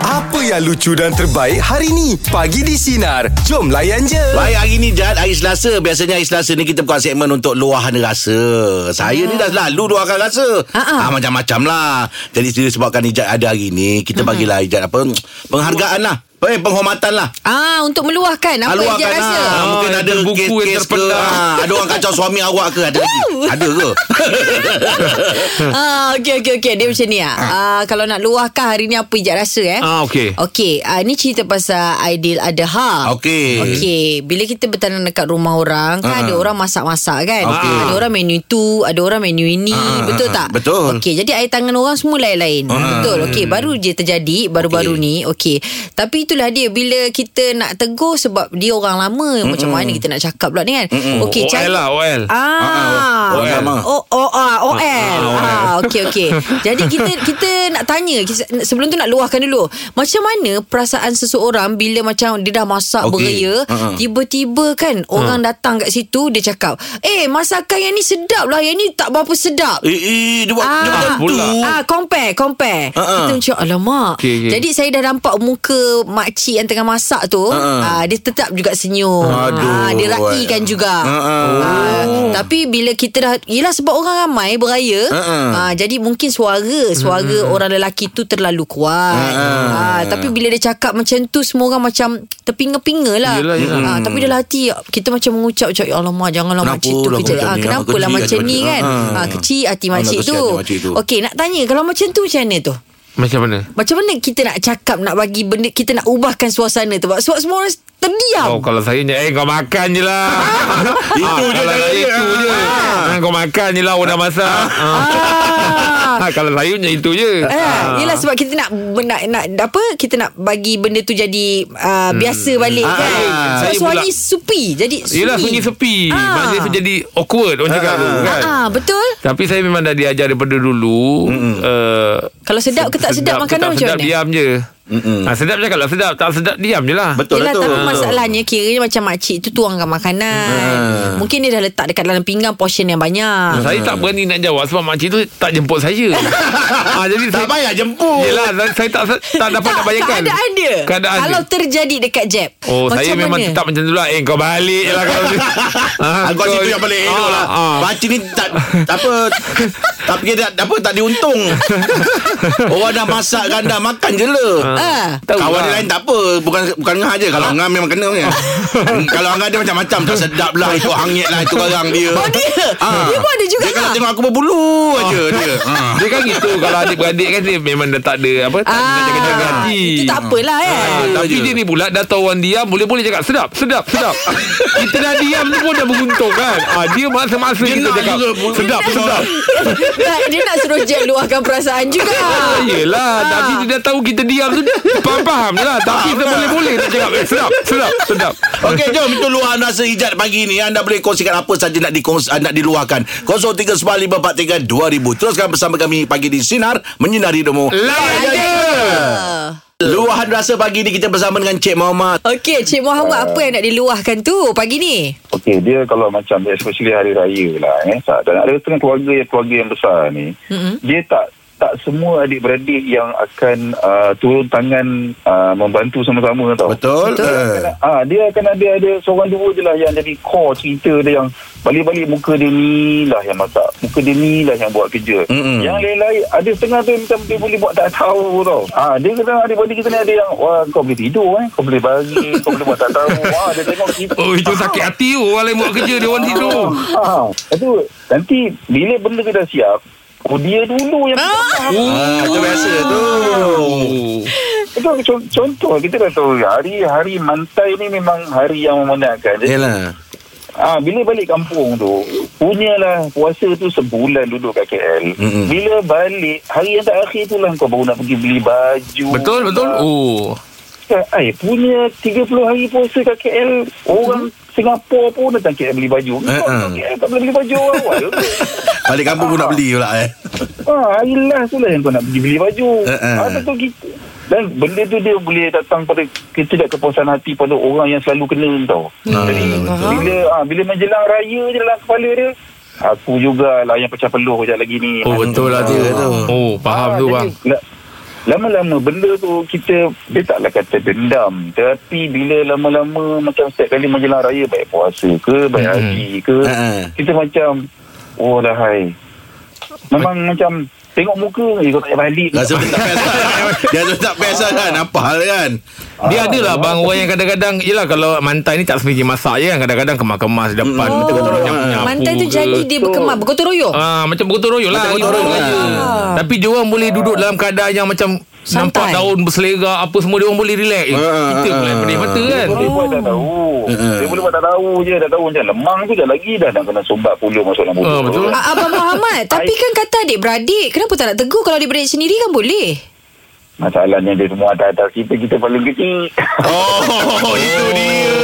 Apa yang lucu dan terbaik hari ni? Pagi di Sinar. Jom layan je. Baik hari ni Jad Hari Selasa Biasanya hari Selasa ni Kita buka segmen untuk Luahan rasa Saya ni Oh. dah selalu Luahkan rasa Ah, ah. ah, Macam-macam lah Jadi sini sebabkan Ijad ada hari ni Kita bagilah Ijad apa Penghargaan lah Eh, penghormatan lah Ah untuk meluahkan apa yang Aluahkan dia rasa. lah. Ah, Mungkin yang ada terbuku, yang kes-kes ke terpedang. ah, Ada orang kacau suami awak ke Ada lagi Ada ke Ah okey okey okey dia macam ni ah. ah kalau nak luahkan hari ni apa ijak rasa eh? Ah, okey. Okey, ah, ni cerita pasal Aidil Adha. Ah, Okey. Okey, bila kita bertanam dekat rumah orang kan Ah. ada orang masak-masak kan. Okey. Ada orang menu tu, ada orang menu ini, Ah, ha, betul ah, tak? betul. Okey, jadi air tangan orang semua lain-lain. Betul. Okey, baru je terjadi baru-baru ni. Okey. Tapi itulah dia bila kita nak tegur sebab dia orang lama macam mana kita nak cakap pula ni kan. Okey, OL lah, OL. Ah, Ah, ah, OL. O O ah, OL. OL. Ah, okey okey. Jadi kita kita nak tanya kis- sebelum tu nak luahkan dulu. Macam mana perasaan seseorang bila macam dia dah masak Okey. okay. beraya, Ha-ha. tiba-tiba kan orang datang kat situ dia cakap, "Eh, masakan yang ni sedap lah, yang ni tak berapa sedap." Eh, eh dia buat, dia buat macam tu pula. Ah, compare, compare. Ha, ha. Kita macam alamak. Okey, okey. Jadi saya dah nampak muka makcik yang tengah masak tu, Ha, ah, dia tetap juga senyum. Aduh. Ah, dia rakikan juga. Ha, ha. Ah, tapi bila kita dah Yelah sebab orang ramai beraya Ha, ha. ah, Jadi mungkin suara Suara orang lelaki tu terlalu kuat ah, Tapi bila dia cakap macam tu Semua orang macam Terpinga-pinga lah Yelah, yelah. Ah, Tapi dalam hati Kita macam mengucap macam Ya Allah mak janganlah Kenapa makcik tu lah kejap macam ah, ni? Kenapa lah Kecil macam hati ni makcik. kan Ha. ah, Kecil hati Allah makcik tu kesian dia makcik tu. Okey nak tanya Kalau macam tu macam mana tu? Macam mana? Macam mana kita nak cakap Nak bagi benda Kita nak ubahkan suasana tu Sebab sebab semua orang terdiam Oh kalau saya ni Eh kau makan je lah Itu Ah, je Kalau cara saya dia. itu je Ah, Kau makan je lah Orang dah masak Ah. Ah, Kalau saya macam itu je Eh, Ah. yelah sebab kita nak nak, nak apa kita nak bagi benda tu jadi uh, biasa balik Ah, kan. saya- Sebab saya suaranya pula- supi. Jadi sunyi. Yelah sunyi sepi Ah. Maksudnya saya jadi awkward Orang cakap tu kan Ah, betul. Tapi saya memang dah diajar daripada dulu uh, Kalau sedap ke tak sedap, makanan tak macam sedap, mana? diam je Mm-mm. ha, Sedap je kalau sedap Tak sedap diam je lah Betul lah Yelah tu tapi masalahnya Kiranya macam makcik tu Tuangkan makanan Ah. Mungkin dia dah letak Dekat dalam pinggan Portion yang banyak Saya tak berani nak jawab Sebab makcik tu tak jemput saya ha, Jadi Tak saya, payah jemput Yelah saya, saya tak, tak dapat nak bayangkan Keadaan dia Keadaan Kalau dia terjadi dekat jeb Oh saya memang tetap macam tu lah Eh kau balik je lah kalau ha, Ah, kau situ yang paling elok lah. ah, ah. Pakcik ni tak tak apa tak fikir tak, apa tak diuntung. Orang dah masak kan dah makan je lah. Ah. Tahu Kawan lah. Ah. dia lain tak apa Bukan bukan ngah je Kalau ngah memang kena punya. Kalau ngah dia macam-macam Tak sedap lah Itu hangit lah Itu garang dia Oh dia Ah. Dia pun ada juga Dia kalau lah. tengok aku berbulu aja dia Ah. Dia kan gitu Kalau adik-beradik kan Dia memang dah tak ada Apa Tak ada nak jaga-jaga hati Ah, Itu tak apalah kan Ah, tapi je. dia ni pula Dah tahu orang diam Boleh-boleh cakap Sedap Sedap Sedap Kita dah diam tu pun Dah beruntung kan ah, Dia masa-masa Dia kita nak cakap juga pun. Sedap Dia nak. Sedap Tak, dia nak suruh Jack luahkan perasaan juga. Ah, Yelah Ah. Tapi dia dah tahu Kita diam tu dia Faham-faham je lah Tapi kita boleh-boleh Nak cakap eh, Sedap Sedap Sedap Okey jom itu luahan rasa hijat pagi ni anda boleh kongsikan apa saja nak dikons ah, nak diluahkan 0395432000 teruskan bersama kami pagi di sinar menyinari hidupmu Layan je luahan rasa pagi ni kita bersama dengan Cik Muhammad Okey, Cik Ah. Muhammad apa yang nak diluahkan tu pagi ni? Okey, dia kalau macam especially hari raya lah eh. tak- Dan ada setengah keluarga yang keluarga yang besar ni, mm-hmm. dia tak tak semua adik-beradik yang akan uh, turun tangan uh, membantu sama-sama tau. betul, betul. Ah, dia akan ada ada seorang dua je lah yang jadi core cerita dia yang balik-balik muka dia ni lah yang masak. Muka dia ni lah yang buat kerja. Mm-mm. Yang lain-lain ada setengah tu yang macam dia boleh buat tak tahu tau. Ah, dia kena adik-beradik kita ni ada yang wah kau boleh tidur eh, kau boleh bagi, kau boleh buat tak tahu. Wah, dia tengok kita. Oh itu sakit hati tu Orang lain buat kerja Dia orang tidur Ha, aduh, nanti bila benda tu dah siap, oh dia dulu yang ah. Ah, tu biasa tu Oh. Itu con- contoh kita dah tahu hari-hari mantai ni memang hari yang memenangkan. Jadi, Yalah ah bila balik kampung tu, punyalah puasa tu sebulan duduk kat KL. Mm-mm. Bila balik, hari yang terakhir tu lah kau baru nak pergi beli baju. Betul betul Ah. Oh Ay, punya 30 hari puasa kat KL, orang Singapura pun datang KL beli baju. Kau Eh, kat eh. KL tak boleh beli baju awal. balik kampung pun nak beli pula eh Ah, hari last tu lah yang kau nak pergi beli baju. Eh, Uh-uh. Uh-uh. Ada tu kita. Dan benda tu dia boleh datang pada ketidak kepuasan hati pada orang yang selalu kena tau. Ah, Jadi betul. bila ah, bila menjelang raya je dalam kepala dia, aku jugalah yang pecah peluh kejap lagi ni. Oh betul lah tu Betul. Oh faham tu bang Nak, lama-lama benda tu kita dia taklah kata dendam tapi bila lama-lama macam setiap kali menjelang raya baik puasa ke baik hmm. haji ke Ha. kita macam oh dah hai memang macam tengok muka je kau tak payah balik Rasa macam tak best kan? Dia rasa tak best kan Apa hal kan Dia ada lah bang orang yang kadang-kadang Yelah kalau mantai ni tak sepikir masak je kan Kadang-kadang kemas-kemas depan Oh, macam-macam Mantan tu nyapu ke. jadi dia berkemar Berkotor royo Ah, macam bergotong royong lah. Macam bergotong hari royong raya. lah. Tapi dia orang boleh duduk dalam keadaan yang macam Ah. Santai. nampak daun berselera apa semua dia orang boleh relax. Eh, Ah, kita ah, pula yang pedih mata kan. Dia boleh buat tak tahu Mm-mm. Dia boleh buat tak tahu je Dah tahu macam lemang tu dah lagi Dah nak kena sumbat puluh masuk dalam mulut Ah, betul. Ah, Abang Muhammad Tapi kan kata adik-beradik Kenapa tak nak tegur Kalau adik-beradik sendiri kan boleh Masalahnya dia semua atas-atas kita Kita paling kecil Oh Itu dia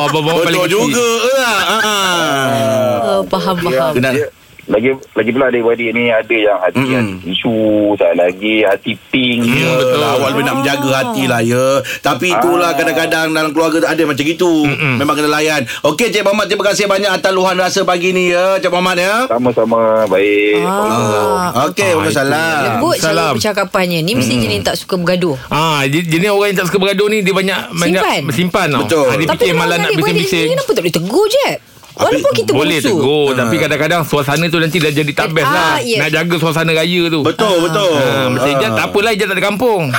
Oh, abang-abang paling Betul kecil. juga lah Ah, ah. ya, oh, Faham faham Kena Dia- lagi lagi pula adik-beradik ni ada yang hati Mm-mm. hati isu tak lagi hati pink Ya, je. betul. Awal bila nak menjaga Ah. hati lah ya. Tapi itulah kadang-kadang dalam keluarga tu ada macam itu. Mm-mm. Memang kena layan. Okey Cik Muhammad terima kasih banyak atas luahan rasa pagi ni ya Cik Muhammad ya. sama-sama baik Ah. Okey, waalaikumsalam. Lembut selalu Salam. percakapannya Ni mesti jenis tak suka bergaduh Ah, je- jenis orang yang tak suka bergaduh ni dia banyak banyak simpan tau. Betul. Ah, dia Tapi fikir kalau malah nak adik-beradik sendiri bising-bising. Kenapa tak boleh tegur je Walaupun kita Boleh bermusuh tegur Tapi kadang-kadang Suasana tu nanti dah jadi tak best Ah, lah yes. Nak jaga suasana raya tu Betul, betul. Ah, Macam Ijaz tak apalah Ijaz tak ada kampung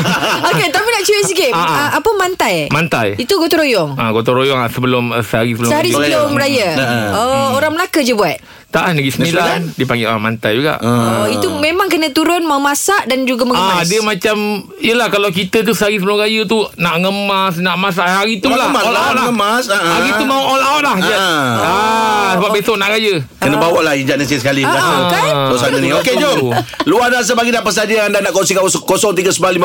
Ha. Okey tapi nak cuit sikit Ah, ah. Ah, Apa mantai Mantai Itu gotong royong Ah, gotong royong lah sebelum uh, sehari sebelum Sehari raya. sebelum raya Ha, Ah. Oh Hmm. orang Melaka je buat Tak kan negeri sembilan Dipanggil ah, mantai juga Oh, itu memang kena turun memasak dan juga mengemas. Ah, dia macam Yelah kalau kita tu Sehari sebelum raya tu Nak ngemas Nak masak Hari tu lah Mengemas All lah, out lah mengemas, ah, ah. Hari tu mau all out lah Ijaz. Ah. Ah, Sebab besok nak raya Kena bawa lah hijab nasi sekali Ah, rasa. kan? Suasana ni Okey jom Luar rasa bagi dapat saja Anda nak kongsikan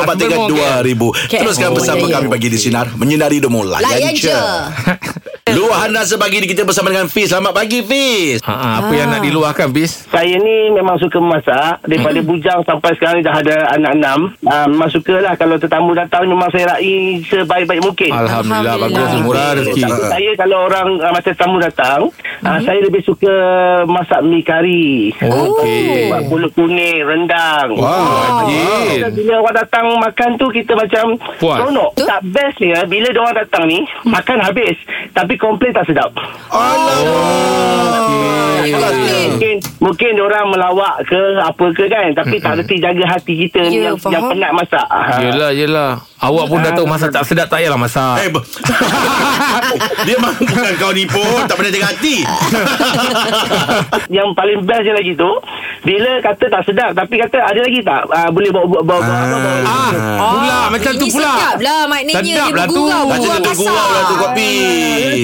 0395432000 KL. Teruskan Oh, bersama ya, ya. kami Pagi di Sinar Menyinari Demo layan Layan je. je Luahan rasa pagi ni kita bersama dengan Fiz Selamat pagi Fiz Ah, ah, Apa yang nak diluahkan Bis Saya ni memang suka memasak Daripada Mm-hmm. bujang sampai sekarang ni dah ada anak enam uh, Memang suka lah Kalau tetamu datang memang saya rai sebaik-baik mungkin Alhamdulillah, Alhamdulillah. Bagus murah rezeki Tapi saya kalau orang uh, macam tetamu datang uh, Saya lebih suka masak mi kari Mm-hmm. Okey Oh. Buat pulut kuning, rendang Wah, Dan Jin. bila orang datang makan tu kita macam Puas. seronok. Tu? Tak best ni eh, bila dia orang datang ni makan habis tapi komplain tak sedap. Oh, Alamak. Mungkin mungkin dia orang melawak ke apa ke kan tapi tak reti jaga hati kita ni Ya, yang, faham. yang penat masak. Ha. Yelah, yelah. Awak pun dah tahu masak tak sedap, tak payahlah masak. Eh, ber- Dia memang bukan kau ni pun Tak pernah jaga hati Yang paling best je lagi tu bila kata tak sedap tapi kata ada lagi tak uh, boleh bawa bawa bawa, bawa, bawa, bawa. Ah, pula macam ini tu pula. sedap lah maknanya Sedap dia lah tu. bergurau, Macam bergurau dia bergurau kasar. lah tu kopi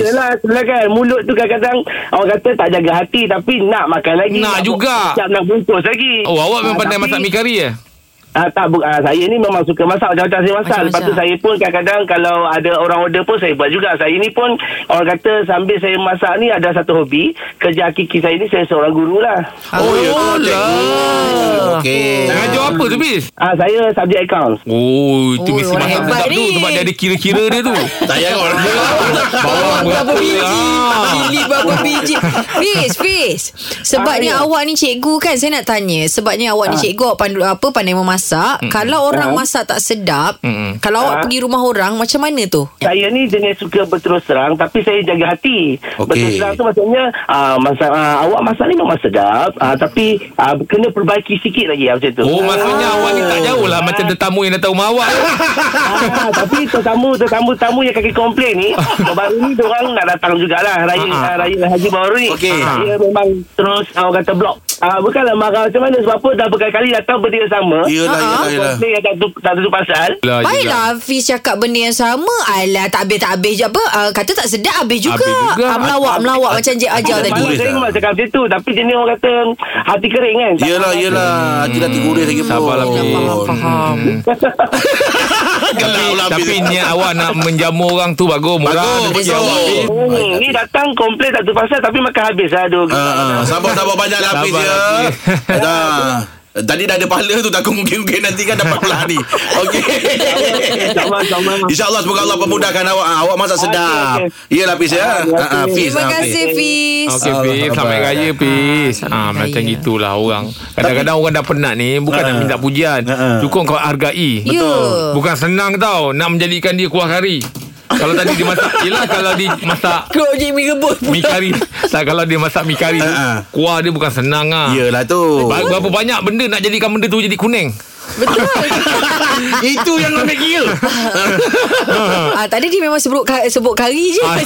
Yelah, yelah kan Mulut tu kadang-kadang Orang kata tak jaga hati Tapi nak makan lagi Nak bu- juga. Sekejap nak bungkus lagi Oh, awak memang Ah, pandai tapi- masak mi kari eh? Ah, tak, bu- ah, saya ni memang suka masak Macam-macam saya masak Macam-macam. Lepas tu saya pun kadang-kadang Kalau ada orang order pun Saya buat juga Saya ni pun Orang kata sambil saya masak ni Ada satu hobi Kerja hakiki saya ni Saya seorang guru lah Oh, ya tu lah. Okey Ngajar apa tu, Bis? ah, Saya subjek account Oh, itu Oh, mesti orang masak hebat sedap tu ni. sebab dia ada kira-kira dia tu. Tak payah orang Bawang Berapa berapa biji Ah. Pilih berapa biji Fiz Fiz Sebabnya Ah, ya. awak ni cikgu kan Saya nak tanya Sebabnya awak ni cikgu awak pandu, apa, Pandai memasak Kalau orang masak tak sedap Mm-mm. Kalau awak pergi rumah orang Macam mana tu Saya ni jenis suka berterus terang Tapi saya jaga hati Okey. Berterus terang tu maksudnya ah, masa, ah, Awak masak ni memang sedap ah, Tapi ah, Kena perbaiki sikit lagi ah, Macam tu Oh, maksudnya awak ni tak jauh lah macam tetamu yang datang rumah awak. ah, tapi tetamu tetamu tamu yang kaki komplain ni baru ni orang nak datang jugalah Ah, raya ah. uh raya haji baru ni Ah, Okey. dia memang terus orang kata blok ah, bukanlah marah macam mana sebab apa dah berkali-kali datang benda yang sama Ah, Ya, Yelah, yelah, yelah komplain yang tak tu tak tentu pasal Yelah, yelah. Baiklah Fiz cakap benda yang sama Alah tak habis tak habis je apa uh, Kata tak sedap habis juga, Habis juga. Ah, Melawak melawak macam Cik Ajal Habis tadi juga. Malah lah. saya dah. memang cakap macam tu Tapi jenis orang kata Hati kering kan Ya, Tak Yelah, faham. yelah Hati-hati gurih lagi pun Hmm. Sabarlah, Fiz. Faham faham Gelap lah Tapi niat awak nak menjamu orang tu bagus murah. Bagus, rezeki betul. awak, Fiz. Hmm, ni datang komplain tak tu pasal Tapi makan habis lah, Aduh Ah, uh, Sabar-sabar banyak lapis Sabar, ya Hafiz. Dah Tadi dah ada pahala tu Takut mungkin-mungkin nanti kan dapat pula ni Okey InsyaAllah, insyaAllah. InsyaAllah semoga Allah pemudahkan awak Ah, Awak masak Okey, sedap okey. Ya lah Fiz ya Terima Ah, ah, kasih. Fiz, Terima ah, Fiz. kasih Fiz Okey Allah Fiz Sampai Akbar. raya Fiz Ah, ha, sampai Macam raya. itulah orang Kadang-kadang orang dah penat ni Bukan Ah. nak minta pujian Cukup kau hargai Ya. Betul. Bukan senang tau Nak menjadikan dia kuah kari Kalau tadi dia masak Yelah kalau dia masak Kau je mi rebus pula Mi kari tak, Kalau dia masak mi kari Ah, Ya. ah. Kuah dia bukan senang lah Yelah tu Ba- Berapa banyak benda Nak jadikan benda tu jadi kuning Betul Itu yang ambil kira ah, Tadi dia memang sebut, ka- sebut kari je Ah,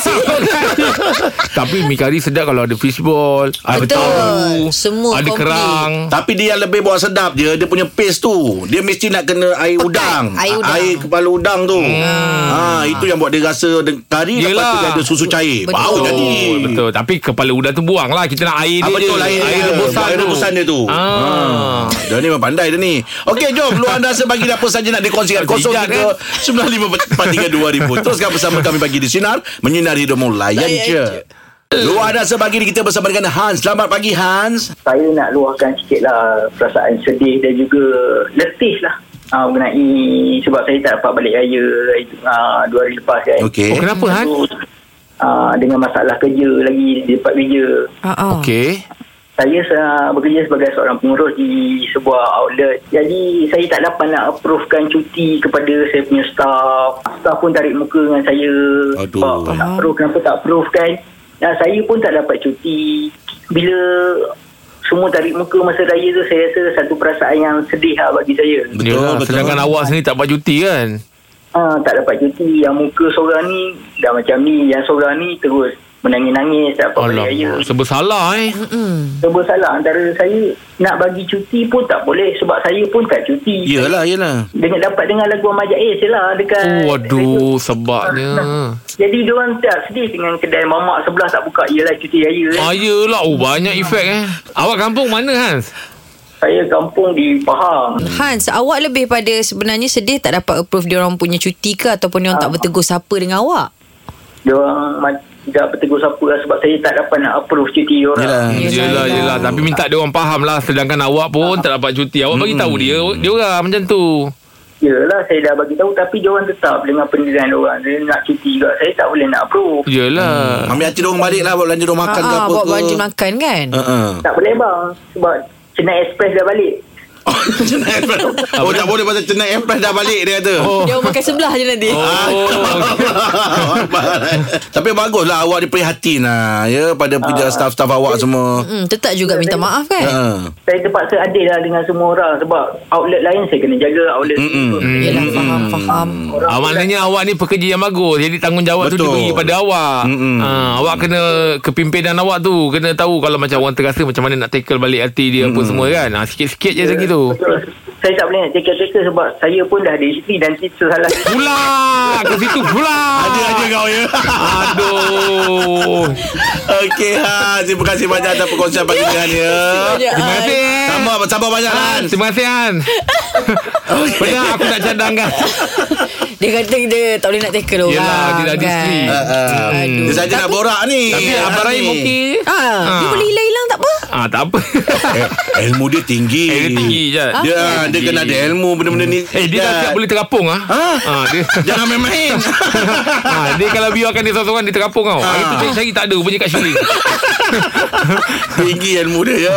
Tapi mi kari sedap Kalau ada fishball Ada Betul. tahu Semua Ada komplit. kerang Tapi dia yang lebih buat sedap je Dia punya paste tu Dia mesti nak kena air Pekat, udang air A- udang. Hmm. Air kepala udang tu ha, Itu yang buat dia rasa de- Kari Yelah. lepas tu Yelah. dia ada susu cair Betul. Bau jadi Betul, betul. Tapi kepala udang tu buang lah. Kita nak Ah, air dia betul je. air, air dia. rebusan Air tu. rebusan dia tu Ah. Ah. Dia ni memang pandai dia ni Okey jom Luar anda sebagi apa saja nak dikongsikan Kosong Sejak, tiga Sembilan lima empat tiga dua ribu Teruskan bersama kami pagi di Sinar Menyinari hidupmu layan je Luar anda sebagi kita bersama dengan Hans Selamat pagi Hans saya nak luahkan sikit lah perasaan sedih dan juga letih lah uh, mengenai sebab saya tak dapat balik raya uh, dua hari lepas kan Okey Oh, kenapa Han? uh, dengan masalah kerja lagi di tempat kerja Ah, ah. Okey. saya uh, bekerja sebagai seorang pengurus di sebuah outlet jadi saya tak dapat nak approvekan cuti kepada saya punya staff staff pun tarik muka dengan saya Aduh. Sebab tak approve kenapa tak approve kan dan saya pun tak dapat cuti bila semua tarik muka masa raya tu saya rasa satu perasaan yang sedih lah bagi saya Betul, Yelah, betul. Sedangkan awak sendiri tak buat cuti kan? ha, tak dapat cuti yang muka seorang ni dah macam ni yang seorang ni terus menangis-nangis tak dapat balik raya Alamak. Sebesalah eh. serba salah antara saya nak bagi cuti pun tak boleh sebab saya pun tak cuti Yelah yelah dengan dapat dengar lagu Ahmad Jais je lah dekat Oh, aduh. Sebabnya. jadi diorang tak sedih dengan kedai mamak sebelah tak buka ialah cuti raya eh. Ah, yelah. Oh, banyak efek eh. Awak kampung mana Hans? saya kampung di Pahang Hans, awak lebih pada sebenarnya sedih tak dapat approve dia orang punya cuti ke ataupun dia orang tak bertegur sapa dengan awak? diorang ma- tak bertegur siapa lah sebab saya tak dapat nak approve cuti diorang Hmm, Yelah Yelah, Yelah, yelah. yelah. Tapi minta dia orang faham lah. Sedangkan awak pun tak dapat cuti. Awak bagi tahu dia, dia orang macam tu. Yelah saya dah bagi tahu tapi diorang tetap dengan pendirian diorang dia nak cuti juga saya tak boleh nak approve Yelah. Ambil hati dorong balik lah Bawa belanja dorong makan Ah, ke ah, apa bawa ke baju makan kan? Uh-uh. tak boleh bang sebab Chennai Express dah balik Oh, Chennai Empress. Oh, tak boleh pasal Chennai Empress dah balik dia kata. Oh. Dia orang makan sebelah je nanti. Ah. Oh, Tapi baguslah awak diprihatin lah ya Ah. pada uh. staff-staff awak semua. Hmm, tetap juga minta maaf Eh. kan? Ha. saya terpaksa adil lah dengan semua orang sebab outlet lain saya kena jaga outlet Mm-mm. tu. Yelah, Hmm. faham, faham. Ah, maknanya awak ni pekerja yang bagus Jadi tanggungjawab Betul. tu Betul. diberi pada awak Mm-mm. ah, Awak kena Kepimpinan awak tu Kena tahu kalau macam orang terasa Macam mana nak tackle balik hati dia Apa semua kan ah, Sikit-sikit je lagi tu Betul. Saya tak boleh nak teka-teka sebab saya pun dah ada isteri dan itu salah. Pula Ke situ pula Ada aja kau ya. Aduh Okey ha, terima kasih banyak atas perkongsian pagi ni Han, ya. Terima kasih eh. Sama sama banyak Han. Han, Terima kasih Han Benar aku nak cadangkan Dia kata dia tak boleh nak tackle orang. kan? Yelah, dia dah ada isteri. Ha, ha. Aduh. Dia saja nak borak ni. Eh. Tapi Eh, Abang Han Rahim ni. okey Ah, dia Ah. boleh hilang-hilang tak apa. Ah, tak apa Eh, ilmu dia tinggi. Eh, dia tinggi je Dia ah, dia kena ada ilmu benda-benda ni. Eh dia dah siap boleh terapung ah. Ha? Ah dia Jangan main-main. ha, dia kalau biarkan dia seorang-seorang dia terapung tau. Hari Ah. tu cari-cari tak ada rupanya kat Shirley. Tinggi ilmu dia ya.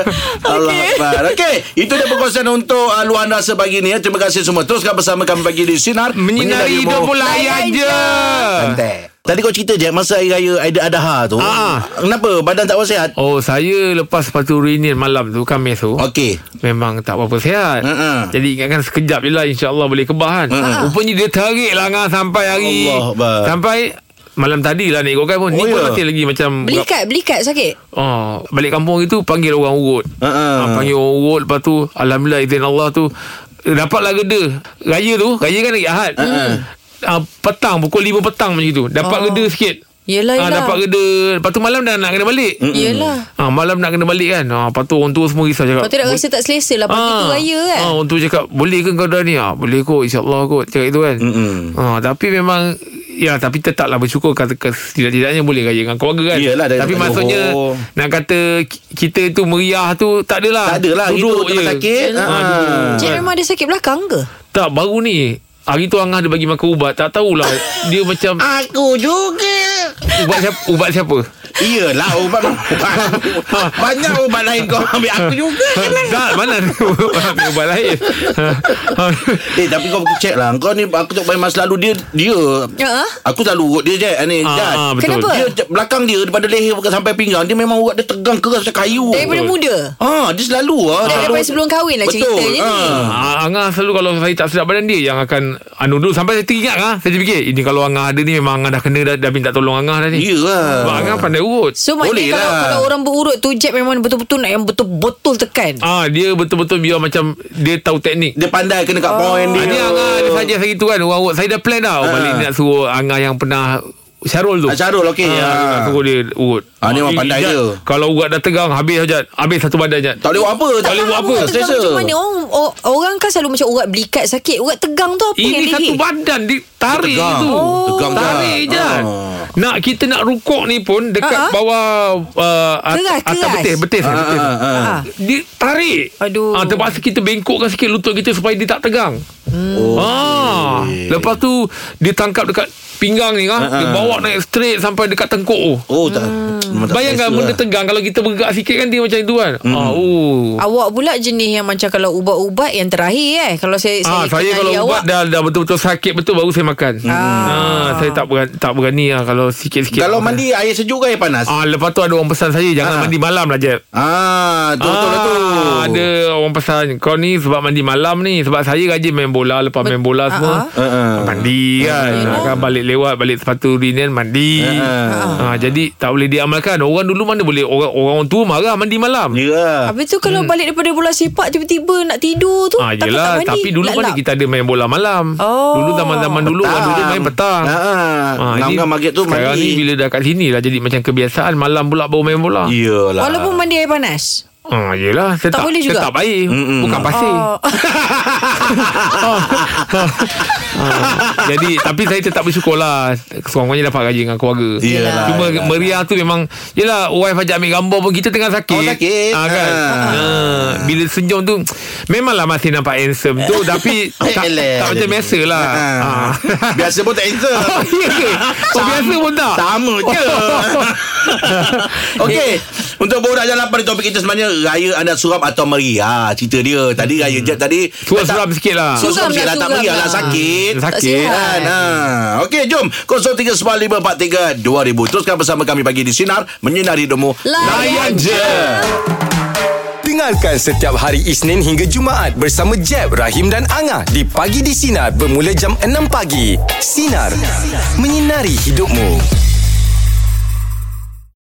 Allah Akbar. Okey, itu dia perkongsian untuk uh, luar rasa pagi ni ya. Terima kasih semua. Teruskan bersama kami pagi di Sinar Menyinari hidup pun layan je. Santai. Tadi kau cerita je masa hari raya Aidil Adha tu. Ah. Kenapa badan tak sihat? Oh saya lepas sepatu reunion malam tu Khamis tu Okey. Memang tak apa-apa sihat Mm-mm. Jadi ingatkan sekejap je lah InsyaAllah boleh kebah kan Rupanya dia tarik lah ngah Sampai hari Allah Ah. Akbar. Sampai Malam tadi lah naik gokai pun Oh, Ni pun ya? masih lagi macam Beli kad, beli kad sakit. Oh, balik kampung itu panggil orang urut. Ha-ha. Ah, panggil orang urut lepas tu alhamdulillah izin Allah tu eh, dapatlah reda. Raya tu, raya kan lagi Ahad. Uh-uh. Ah, petang pukul 5 petang macam tu. Dapat Oh. oh. reda sikit. Yelah, yelah. Ah, Ya. dapat reda. Lepas tu malam dah nak kena balik. Yelah. Ah, malam nak kena balik kan. Ah, lepas tu orang tua semua risau cakap. Lepas tu dah rasa tak selesa lah Pagi tu raya kan Ah, orang tu cakap boleh ke kau dah ni? Ah, boleh kot insya-Allah kot. Cakap itu kan. Mm-mm. Ah, tapi memang ya tapi tetaplah bersyukur kata tidak-tidaknya boleh raya dengan keluarga kan. Iyalah, dah tapi kata maksudnya Johor. nak kata ki- kita tu meriah tu tak adalah. Tak adalah Itu Duduk tengah je. sakit ha. Cik memang ada sakit belakang ke? Tak baru ni Hari tu Angah dia bagi makan ubat Tak tahulah Dia macam Aku juga Ubat siapa, ubat siapa? Iyalah ubat Banyak ubat lain kau ambil Aku juga lah. kena Tak mana ada ubat, ubat lain Eh tapi kau check lah Kau ni aku tak main masa lalu Dia Dia Ya. Aku selalu urut dia je ni, Ah, Jad. ah, betul. Kenapa? Dia je- belakang dia Daripada leher bukan sampai pinggang Dia memang urat dia tegang keras macam kayu Daripada muda. Ah, dia selalu ah. dia Daripada selalu- sebelum kahwin lah Betul, ceritanya ni. ah. Ah, Angah selalu kalau saya tak sedap badan dia Yang akan Anu dulu Sampai saya teringat ah, Saya terfikir Ini kalau Angah ada ni Memang Angah dah kena Dah, dah minta tolong Angah dah ni Ya lah. Sebab Angah pandai urut So Boleh maknanya kalau, lah. kalau orang berurut tu Jeb memang betul-betul nak yang betul-betul tekan. Ah Dia betul-betul biar macam Dia tahu teknik Dia pandai kena kat point Ah, dia. Dia Angah ada saja hari tu kan Orang urut Saya dah plan tau Balik nak suruh Angah yang pernah Syarul tu Ha. Ah, Syarul, okey. Ah, Ah. Nak suruh dia urut Ah, dia memang ini, pandai Jad, dia. Kalau urat dah tegang Habis saja Habis satu badan je Tak boleh buat apa, tak boleh buat apa. Tegang Selesa. macam mana orang, o- orang kan selalu macam urat belikat sakit Urat tegang tu apa yang Ini leher? satu badan di tarik Tegang. tu. Oh. Tegang dah. tarik je. Ah. kan. Nak kita nak rukuk ni pun dekat Ah, ah. bawah uh, at- Keras, atas keras. betis, betis, Ah, betis. ah, ah. Ah. Dia tarik. Aduh. Ah, terpaksa kita bengkokkan sikit lutut kita supaya dia tak tegang. Oh. Ah, lepas tu dia tangkap dekat pinggang ni kan. Dia bawa naik straight sampai dekat tengkuk. tu. Ah, Oh, tak. memang tak Bayangkan selesa benda lah. Hmm. tegang kalau kita bergerak sikit kan dia macam tu kan. Ah, oh. Awak pula jenis yang macam kalau ubat-ubat yang terakhir eh. Kalau saya Ah, kenali saya kalau awak, ubat dah, dah betul-betul sakit betul baru saya makan. Hmm. Ah, saya tak berani, tak berani lah kalau sikit-sikit. Kalau mandi air sejuk ke air panas? Ah, lepas tu ada orang pesan saya Ah. jangan mandi malam lah Jeb. Ah, tu betul lah tu. Ada orang pesan kau ni sebab mandi malam ni sebab saya rajin main bola lepas main bola semua. Ah, ah. Mandi kan Kan balik lewat Balik sepatu rinian Mandi Ah. ha. Jadi tak boleh diamalkan Orang dulu mana boleh Orang orang tua marah Mandi malam Ya. Habis tu kalau hmm. balik daripada bola sepak tiba-tiba nak tidur tu Ah, takut yelah, tak mandi, tapi dulu mana lap-lap. kita ada main bola malam. Oh. Dulu zaman-zaman dulu kan dulu main petang. Ah, ah. ni Ngam-ngam market tu Sekarang mandi. ni bila dah kat sini lah jadi macam kebiasaan malam pula baru main bola. Yeah. Iyalah. Walaupun mandi air panas. Ah, yelah, tetap, boleh juga? tetap air. Mm-mm. Bukan pasir. Oh. Ah, jadi tapi saya tetap bersyukur lah Seorang-orangnya dapat gaji dengan keluarga Yelah, Cuma yelah. meriah tu memang Yelah wife ajak ambil gambar pun Kita tengah sakit Oh, sakit. ah, kan? Ah. Ah, Bila senyum tu Memanglah masih nampak handsome tu Tapi tak, Eleh. tak macam biasa lah ah. Biasa pun tak answer. Oh, ya ke? Oh, biasa pun tak? Sama je Okey Untuk borak jalan pada topik kita sebenarnya Raya anda suram atau meriah Cerita dia Tadi raya je tadi Suram-suram sikit lah Suram Suram sikit lah, lah Tak suram meriah lah lah. Sakit Tak Hmm, Sakit Kan sihat. ha. Okey jom 0395432000 Teruskan bersama kami pagi di Sinar Menyinari Demo Lah, Lah, ya, Layan je Dengarkan setiap hari Isnin hingga Jumaat bersama Jeb, Rahim dan Angah di Pagi di Sinar bermula jam 6 pagi. Sinar. Menyinari hidupmu.